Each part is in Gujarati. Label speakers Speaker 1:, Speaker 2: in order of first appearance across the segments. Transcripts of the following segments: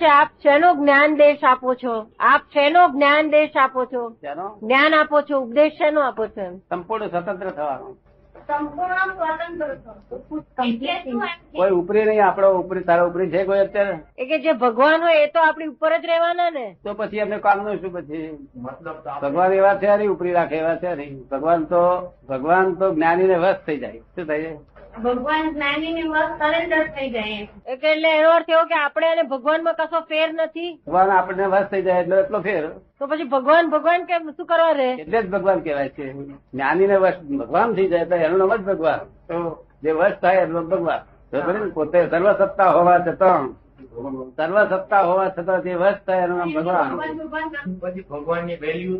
Speaker 1: છે આપ શેનો જ્ઞાનદેશ આપો છો આપ શેનો જ્ઞાનદેશ આપો છો
Speaker 2: તેનો
Speaker 1: જ્ઞાન આપો છો ઉપદેશ શેનો આપો છો એમ?
Speaker 2: સંપૂર્ણ સ્વતંત્ર થવાનું
Speaker 3: સંપૂર્ણ સ્વતંત્ર છો એટલે શું એમ કે
Speaker 2: કોઈ ઉપરી નહીં આપણો ઉપરી તારો ઉપરી છે કોઈ અત્યારે
Speaker 1: એ કે જે ભગવાન હોય એ તો આપણી ઉપર જ રહેવાના ને
Speaker 2: તો પછી એમને કામનું શું પછી
Speaker 4: મતલબ તો આપણે-
Speaker 2: ભગવાન એવા છે નહીં ઉપરી રાખે એવા છે નહીં ભગવાન તો ભગવાન તો જ્ઞાનીને વશ થઈ જાય શું થઈ જાય
Speaker 3: ભગવાન જ્ઞાનીને વસ સરેન્ડર થઈ જાય એમ.
Speaker 1: એ કે એટલે એનો અર્થ એવો કે આપણે અને ભગવાનમાં કશો ફેર નથી
Speaker 2: ભગવાન આપણને વશ થઈ જાય એટલે એટલો ફેર
Speaker 1: તો પછી ભગવાન ભગવાન કેમ શું કરવા રહે
Speaker 2: એટલે જ ભગવાન કહેવાય છે જ્ઞાનીને વશ ભગવાન થઈ જાય એટલે એનું નામ જ ભગવાન તો જે વશ થાય એનું નામ ભગવાન ખબર છે ને? પોતે સર્વસત્તા હોવા છતાં સર્વસત્તા હોવા છતાં જે વશ થાય એનું નામ ભગવાન
Speaker 3: ભગવાન ભગવાન ના-
Speaker 4: પછી ભગવાનની વેલ્યુ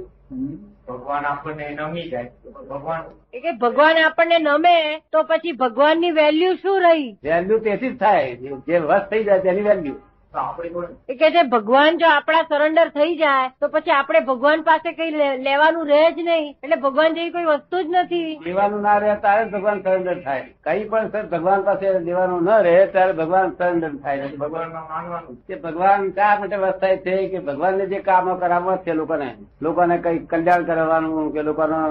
Speaker 4: ભગવાન આપણને નમી જાય ભગવાન
Speaker 1: એ કે ભગવાન આપણને નમે તો પછી ભગવાનની વેલ્યુ શું રહી
Speaker 2: વેલ્યુ તેથી જ થાય જે વશ થઈ જાય તેની વેલ્યુ
Speaker 4: તો આપણે પણ
Speaker 1: એ કે જે ભગવાન જો આપણા સરેન્ડર થઈ જાય તો પછી આપણે ભગવાન પાસે કઈ લે- લેવાનું રહે જ નહીં એટલે ભગવાન જેવી કોઈ વસ્તુ જ નથી
Speaker 2: દેવાનું ના રહે ત્યારે જ ભગવાન સરેન્ડર થાય કઈ પણ સર ભગવાન પાસે દેવાનું ન રહે ત્યારે ભગવાન સરેન્ડર થાય
Speaker 4: ભગવાનમાં માનવાનું
Speaker 2: કે ભગવાન શા માટે વસ થાય છે કે ભગવાનને જે કામો કરાવવા છે લોકોને લોકોને કઈ કલ્યાણ કરવાનું કે લોકોનો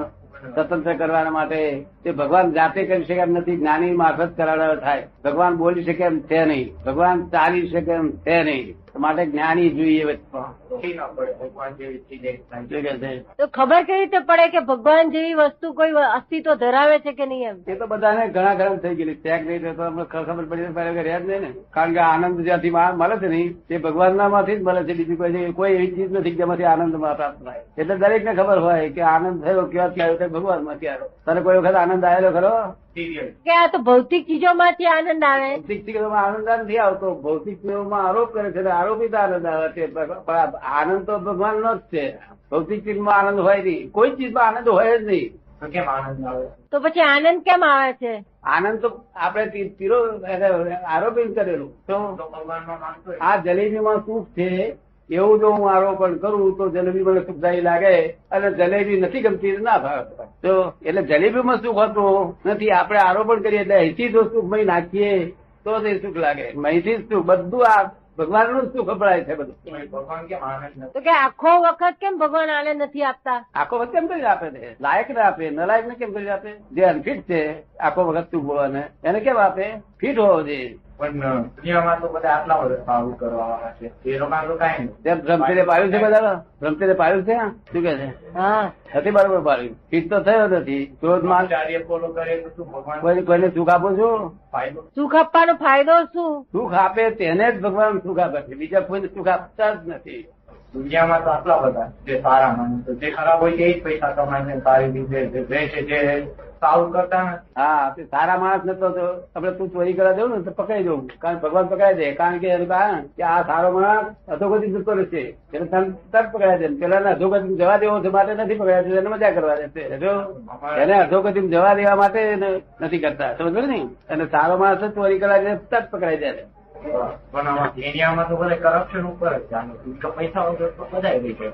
Speaker 2: સ્વતંત્ર કરવા માટે તે ભગવાન જાતે કરી શકે એમ નથી જ્ઞાની મારફત કરાવડાવ થાય ભગવાન બોલી શકે એમ છે નહીં ભગવાન ચાલી શકે એમ છે નહીં માટે જ્ઞાની જોઈએ
Speaker 4: પણ ઓછી ના પડે ભગવાન જેવી ચીજ એક થાય
Speaker 2: શું કહે છે
Speaker 1: તો ખબર કેવી રીતે પડે કે ભગવાન જેવી વસ્તુ કોઈ વ- અસ્તિત્વ ધરાવે છે કે નહીં એમ
Speaker 2: એ તો બધાને ઘણા ઘણા થઈ ગયેલી ચેક નહીં થતો અમને ખ- ખબર પડી જાય કે રહ્યા જ નહીં ને કારણ કે આનંદ જ્યાંથી મા- મળે છે નહીં તે ભગવાનના માંથી જ મળે છે બીજી કોઈ નહીં. કોઈ એવી ચીજ નથી કે જેમાંથી આનંદ માં પ્રાપ્ત થાય એટલે દરેકને ખબર હોય કે આનંદ થયો ક્યાંથી આવ્યો તે ભગવાન માંથી આવ્યો તને કોઈ વખત આનંદ આવેલો ખરો
Speaker 4: સિરિયલ
Speaker 1: કે આ તો ભૌતિક ચીજોમાંથી આનંદ આવે
Speaker 2: ભૌતિક ચીજોમાં આનંદ જ નથી આવતો ભૌતિક ચીજોમાં આરોપ કરે છે એટલે આરોપિત આનંદ આવે છે પણ આ આનંદ તો ભગવાનનો જ છે ભૌતિક ચીજમાં આનંદ હોય નહીં કોઈ ચીજમાં આનંદ હોય જ નહીં
Speaker 4: તો કેમ આનંદ આવે
Speaker 1: તો પછી આનંદ કેમ આવે છે
Speaker 2: આનંદ તો આપણે તી- તીરો એટલે આરોપિત કરેલું તો
Speaker 4: તો ભગવાનમાં માનતો હોય.
Speaker 2: આ જલેબીમાં સુખ છે એવું જો હું આરોપણ કરું તો જલેબી મને સુખદાયી લાગે અને જલેબી નથી ગમતી તો ના ભાવે તો એટલે જલેબીમાં સુખ હોતું નથી આપણે આરોપણ કરીએ એટલે અહીંથી જો સુખ મહી નાખીએ તો તે સુખ લાગે મહીથી જ સુખ બધું આ ભગવાનનું જ સુખ અપડાય છે બધું
Speaker 4: તો એ ભગવાન કેમ આનંદ નથી
Speaker 1: તો કે આખો વખત કેમ ભગવાન આનંદ નથી આપતા
Speaker 2: આખો વખત કેમ કરી આપે છે લાયક ને આપે નલાયક ને કેમ કરી આપે જે અનફિટ છે આખો વખત સુખ ભોગવવાને એને કેમ આપે ફિટ હોવો જોઈએ
Speaker 4: પણ દુનિયામાં તો બધા આટલા બધા સારું કરવા વાળા છે એ લોકોને તો કાંઈ નહીં.
Speaker 2: તેમ ભ્રમતીને પાડ્યું છે બધા ભ્રમતીને પાડ્યું છે શું કે છે
Speaker 1: હા
Speaker 2: નથી બરોબર પાડ્યું ફિટ તો થયો નથી ક્રોધ માન
Speaker 4: આચાર્ય follow કરે તો શું ભગવાન
Speaker 2: કોઈ કોઈને સુખ આપો છો
Speaker 4: ફાયદો
Speaker 1: સુખ આપવાનો ફાયદો શું
Speaker 2: સુખ આપે તેને જ ભગવાન સુખ આપે છે બીજા કોઈને સુખ આપતા જ નથી
Speaker 4: દુનિયામાં તો આટલા બધા જે સારા માણસો જે ખરાબ હોય છે એ જ પૈસા કમાય છે સારી રીતે જે બેસે છે સારું કરતા નથી
Speaker 2: હા તે સારા માણસ ને તો તો આપણે તું ચોરી કરવા દેવું ને તો પકડાઈ દઉં કારણ ભગવાન પકડાઈ દે કારણ કે એનું કારણ કે આ સારો માણસ અધોગતિ જતો રહેશે એટલે તને તરત પકડાઈ દે પેલા અધોગતિ જવા દેવો છે માટે નથી પકડાય છે એને મજા કરવા દેશે જો એને અધોગતિ જવા દેવા માટે એને નથી કરતા સમજો ને અને સારો માણસ જ ચોરી કરવા દે તરત પકડાઈ જાય
Speaker 4: પણ આમાં દુનિયામાં તો બધા કરપ્શન ઉપર જ જાણે તો પૈસા વગર તો બધા રહી છે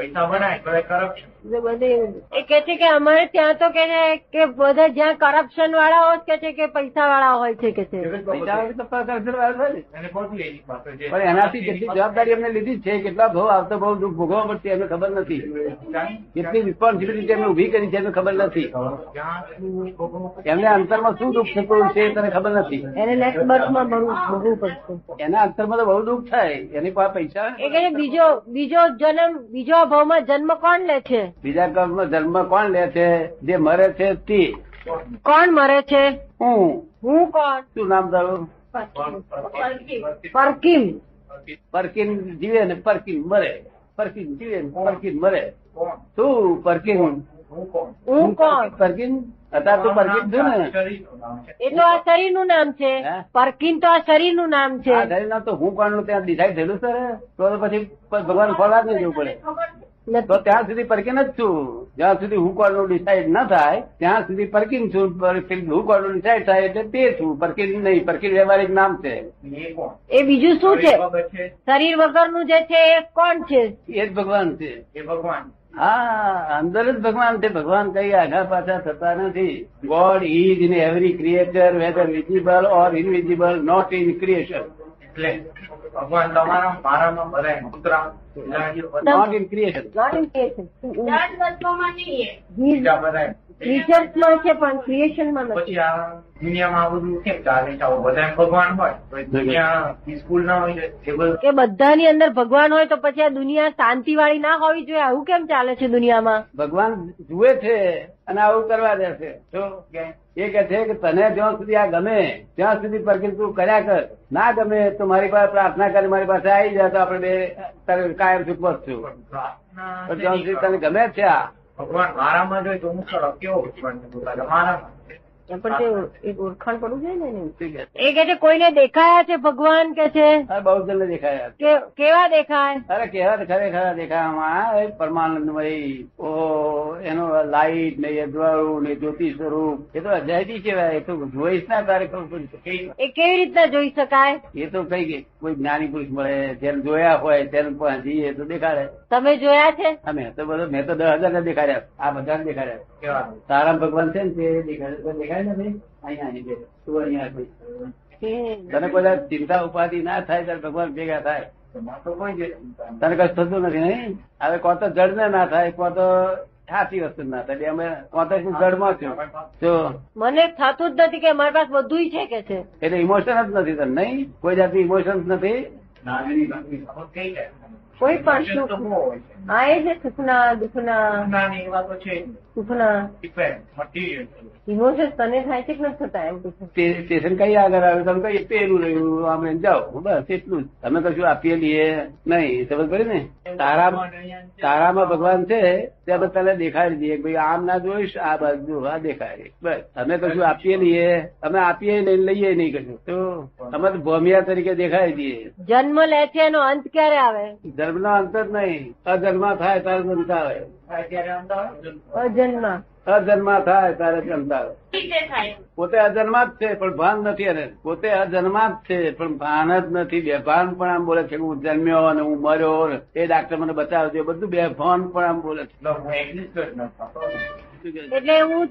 Speaker 4: પૈસા બનાય તો કરપ્શન
Speaker 1: એટલે બધી એ કે છે કે અમારે ત્યાં તો કે છે કે બધા જ્યાં કરપ્શન વાળા હોય કે છે કે પૈસા વાળા હોય છે કે છે
Speaker 2: પૈસા વગર તો પાછા અડધો વાર થાય ને.
Speaker 4: એને પોટલી એની પાસે જે
Speaker 2: પણ એનાથી કેટલી જવાબદારી અમને લીધી છે કેટલા ભાવ આવતો બહુ દુઃખ ભોગવવા પડશે એમને ખબર નથી કેટલી રિસ્પોન્સિબિલિટી એમને ઉભી કરી છે એમને ખબર નથી
Speaker 4: જ્યાં શું ભોગવવું પડે.
Speaker 2: એમને અંતરમાં શું દુઃખ થતું છે એ તને ખબર નથી
Speaker 1: એને નેક્સ્ટ બર્થમાં ભરવું ભરવું પડશે
Speaker 2: એના અંતરમાં તો બહુ દુઃખ થાય એની પાસે પૈસા
Speaker 1: એ કે છે બીજો બીજો જન્મ બીજો ભાવમાં જન્મ કોણ લે છે
Speaker 2: બીજા કર્મનો જન્મ કોણ લે છે જે મરે છે તે
Speaker 1: કોણ મરે છે
Speaker 2: હું
Speaker 1: હું કોણ
Speaker 2: શું નામ તારું
Speaker 4: પણ પરકી- પરકી-
Speaker 1: પરકીમ
Speaker 4: પરકી
Speaker 2: પરકીન જીવે ને પરકીન મરે પરકીન જીવે ને પરકીન મરે
Speaker 4: કોણ?
Speaker 2: શું પરકીન
Speaker 4: હું કોણ?
Speaker 1: હું કોણ
Speaker 2: પરકીન અત્યારે તું પરકીન છું ને
Speaker 4: શરીરનું નામ છે.
Speaker 1: એ તો આ શરીરનું નામ છે
Speaker 2: હે?
Speaker 1: પરકીન તો આ શરીરનું નામ છે
Speaker 2: આ શરીરના તો હું કોણનું ત્યાં ડિસાઈડ થયેલું સર તો તો પછી ભગવાન ખોલવા જ નહીં જવું પડે
Speaker 3: ખબર છે.
Speaker 2: તો
Speaker 1: નથી.
Speaker 2: ત્યાં સુધી પરકીન જ છું જ્યાં સુધી હું કોણનું ડિસાઈડ ન થાય ત્યાં સુધી પરકીન છું પરકીન હું કોણનું ડિસાઈડ થાય એટલે તે છું પરકીન નહીં પરકીન વ્યવહારિક નામ છે
Speaker 4: એ કોણ?
Speaker 1: એ બીજું શું છે
Speaker 4: શરીર બાબત છે
Speaker 1: શરીર વગરનું જે છે એ કોણ છે
Speaker 2: એ જ ભગવાન છે
Speaker 4: એ ભગવાન
Speaker 2: હા અંદર જ ભગવાન છે ભગવાન કઈ આગા પાછા થતા નથી god is in every creator whether visible or invisible not in creation
Speaker 4: એટલે ભગવાન તમારા મારામાં બધાય કૂતરા બિલાડીઓ
Speaker 2: not in creation
Speaker 1: not in creation
Speaker 3: જળ તત્વમાં નહીં એ
Speaker 4: બીજા બધાય
Speaker 1: ક્રિએચર્સ માં છે પણ ક્રિએશન માં નથી
Speaker 4: પછી આ દુનિયામાં આ બધું કેમ ચાલે છે આવું બધા ભગવાન હોય તો એ દુનિયા પીસફુલ ના હોય એ બધું
Speaker 1: કે બધાની અંદર ભગવાન હોય તો પછી આ દુનિયા શાંતિ વાળી ના હોવી જોઈએ આવું કેમ ચાલે છે દુનિયામાં
Speaker 2: ભગવાન જુએ છે અને આવું કરવા દે છે તો
Speaker 4: કે
Speaker 2: એ કે છે કે તને જ્યાં સુધી આ ગમે ત્યાં સુધી પ્રકૃતિ તું કર્યા કર ના ગમે તો મારી પાસે પ્રાર્થના કરી મારી પાસે આવી જાય તો આપણે બે તારે કાયમ સુખ વધશું
Speaker 4: પણ પ્રાર્થના
Speaker 2: પણ જ્યાં સુધી તને
Speaker 4: નહીં
Speaker 2: ગમે જ છે આ
Speaker 4: ભગવાન મારામાં જ હોય તો હું કરો કેવો ભગવાન છે પોતાના મારામાં
Speaker 1: એમ પણ તે એક ઓળખાણ પડવું જોઈએ ને એની.
Speaker 2: ઠીક છે.
Speaker 1: એ કે છે કોઈને દેખાયા છે ભગવાન કે છે
Speaker 2: અરે બહુ જલ્દી દેખાયા
Speaker 1: કે કેવા દેખાય
Speaker 2: અરે કેવા ખરેખર દેખાવામાં પરમાનંદમય ઓ એનો લાઈટ ને યજવાળું ને જ્યોતિ સ્વરૂપ એ તો અજાયબી કહેવાય એ તો જોઈશ ના તારે ખબર પડી
Speaker 1: એ કેવી રીતના જોઈ શકાય
Speaker 2: એ તો કઈ કોઈ જ્ઞાની પુરુષ મળે જેને જોયા હોય તેને પણ જઈએ તો દેખાડે
Speaker 1: તમે જોયા છે
Speaker 2: અમે તો બધો મેં તો દસ હજાર ને દેખાડ્યા આ બધાને દેખાડ્યા
Speaker 4: કેવા
Speaker 2: તારા ભગવાન છે ને તે દેખાડે તો દેખાય ને ભાઈ અહીંયા અહીં બે. તું અહીંયા ભાઈ. તને કોઈ ચિંતા ઉપાધિ ના થાય ત્યારે ભગવાન ભેગા થાય
Speaker 4: તમારે તો કોઈ જ ચિંતા
Speaker 2: તને કશું થતું નથી નહીં હવે કોણ તો જડ ને ના થાય કોણ તો સાચી વસ્તુ જ ના થાય એટલે અમે કોણ તો જડ માં છું જો
Speaker 1: મને થતું જ નથી કે મારી પાસે બધું છે કે છે
Speaker 2: એટલે ઇમોશન જ નથી તને નહીં કોઈ જાતની ઇમોશન નથી
Speaker 4: નાની નાની બાબત કઈ જાય
Speaker 1: કોઈ પણ સુખ.
Speaker 4: તો શું હોય છે
Speaker 1: આ એ છે સુખના દુઃખના
Speaker 4: નાની એવા તો છે જ.
Speaker 1: સુખના
Speaker 4: Depend, material છે.
Speaker 1: ઇમોશન તને થાય છે કે નથી થતા એમ પૂછું
Speaker 2: તે- સ્ટેશન કઈ આગળ આવ્યું તમે કઈ પેલું રહ્યું આમ એમ જાઓ બસ એટલું જ અમે કશું આપીએ લઈએ નહીં સમજ પડી ને તારામાં તારામાં ભગવાન છે તે અમે તને દેખાડી દઈએ કે ભાઈ આમ ના જોઈશ આ બાજુ આ દેખાય બસ અમે કશું આપીએ લઈએ અમે આપીએ નહીં લઈએ નહીં કશું તો અમે તો ભોમિયા તરીકે દેખાડી દઈએ
Speaker 1: જન્મ લે છે એનો અંત ક્યારે આવે
Speaker 2: ધર્મ નો અંત જ નહીં અધર્મ થાય તારે જનતા આવે
Speaker 4: અત્યારે અમદાવાદ
Speaker 1: અજન્મ
Speaker 2: અધર્મ થાય તારે જનતા આવે
Speaker 3: રીતે થાય
Speaker 2: પોતે અજન્મા જ છે પણ ભાન નથી એને પોતે અજન્મા જ છે પણ ભાન જ નથી બેભાન પણ આમ બોલે છે કે હું જન્મ્યો અને હું મર્યો ને એ ડાક્ટર મને બતાવજો બધું બેભાન પણ આમ બોલે છે
Speaker 4: એટલે હું exist જ ન થતો.
Speaker 2: શું કહે છે?
Speaker 1: એટલે હું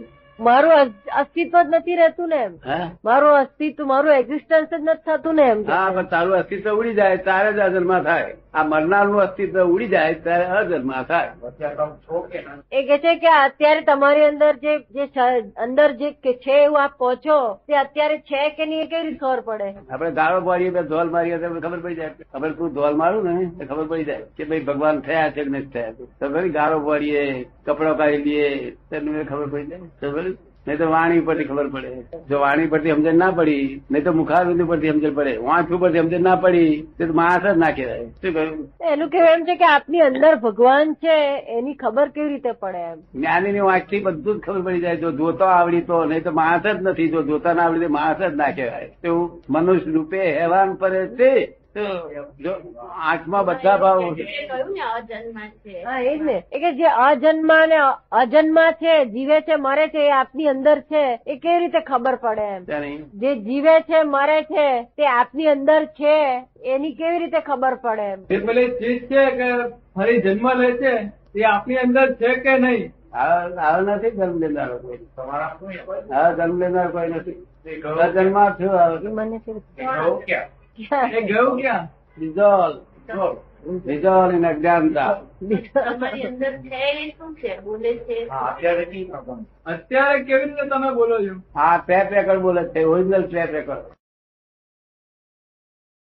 Speaker 1: મારું અસ- અસ્તિત્વ જ નથી રહેતું ને એમ
Speaker 2: હા
Speaker 1: મારું અસ્તિત્વ મારું એક્ઝિસ્ટન્સ જ નથી થતું ને એમ કે
Speaker 2: હા પણ તારું અસ્તિત્વ ઉડી જાય ત્યારે જ અજન્મા થાય આ મરનારનું અસ્તિત્વ ઉડી જાય ત્યારે અજન્મા થાય
Speaker 4: અત્યારે તમે છો કે ના?
Speaker 1: એ કે છે કે અત્યારે તમારી અંદર જે જે શ- અંદર જે કે છે એવું આપ પહોંચો તે અત્યારે છે કે નહીં એ કેવી રીતે ખબર પડે
Speaker 2: આપણે ગાળો મારીએ તો ધોલ મારીએ તો ખબર પડી જાય ખબર તું ધોલ મારું ને તો ખબર પડી જાય કે ભાઈ ભગવાન થયા છે કે નથી થયા છે તો ખરી ગાળો પાડીએ કપડો કાઢી લઈએ તેનું એ ખબર પડી જાય તો ખરી નહીં તો વાણી ઉપરથી ખબર પડે જો વાણી પરથી સમજણ ના પડી નહીં તો મુખારવિંદ ઉપરથી સમજણ પડે વાંચ ઉપરથી સમજણ ના પડી તો માણસ જ ના કહેવાય શું કહ્યું
Speaker 1: એનું કેવું એમ છે કે આપની અંદર ભગવાન છે એની ખબર કેવી રીતે પડે એમ
Speaker 2: જ્ઞાનીની વાંચથી બધું જ ખબર પડી જાય જો જોતો આવડી તો નહીં તો માણસ જ નથી જો જોતા ના આવડી તો માણસ જ ના કહેવાય તેવું મનુષ્ય રૂપે હેવાન પર તે તો જો આંખમાં બધા ભાવ
Speaker 3: એ કહ્યું ને અજન્મા છે
Speaker 1: હા એ જ ને એ કે જે અજન્મા ને અ- અજન્મા છે જીવે છે મરે છે એ આપની અંદર છે એ કેવી રીતે ખબર પડે એમ
Speaker 2: જાણી.
Speaker 1: જે જીવે છે મરે છે તે આપની અંદર છે એની કેવી રીતે ખબર પડે એમ
Speaker 5: એ પેલી ચીજ છે કે ફરી જન્મ લે છે એ આપણી અંદર છે કે નહીં
Speaker 2: આવા આવા નથી જન્મ લેનારો કોઈ
Speaker 4: તમારા શું એ?
Speaker 2: હા જન્મ લેનાર કોઈ નથી
Speaker 4: તે ગયો
Speaker 2: જન્મ છું
Speaker 1: એ મને કેવી
Speaker 4: તે ગયો ક્યાં?
Speaker 5: એ ગયું ક્યાં
Speaker 2: રિઝોલ્વ
Speaker 4: જો,
Speaker 2: રિઝોલ્વ ઇન અજ્ઞાનતા
Speaker 3: તમારી અંદર છે એ શું છે બોલે છે
Speaker 4: હા, અત્યારે થી ભગવાન
Speaker 5: અત્યારે કેવી રીતે તમે બોલો છો
Speaker 2: આ ટ્રેપ રેકર્ડ બોલે છે ઓરિજિનલ ટ્રેપ રેકર્ડ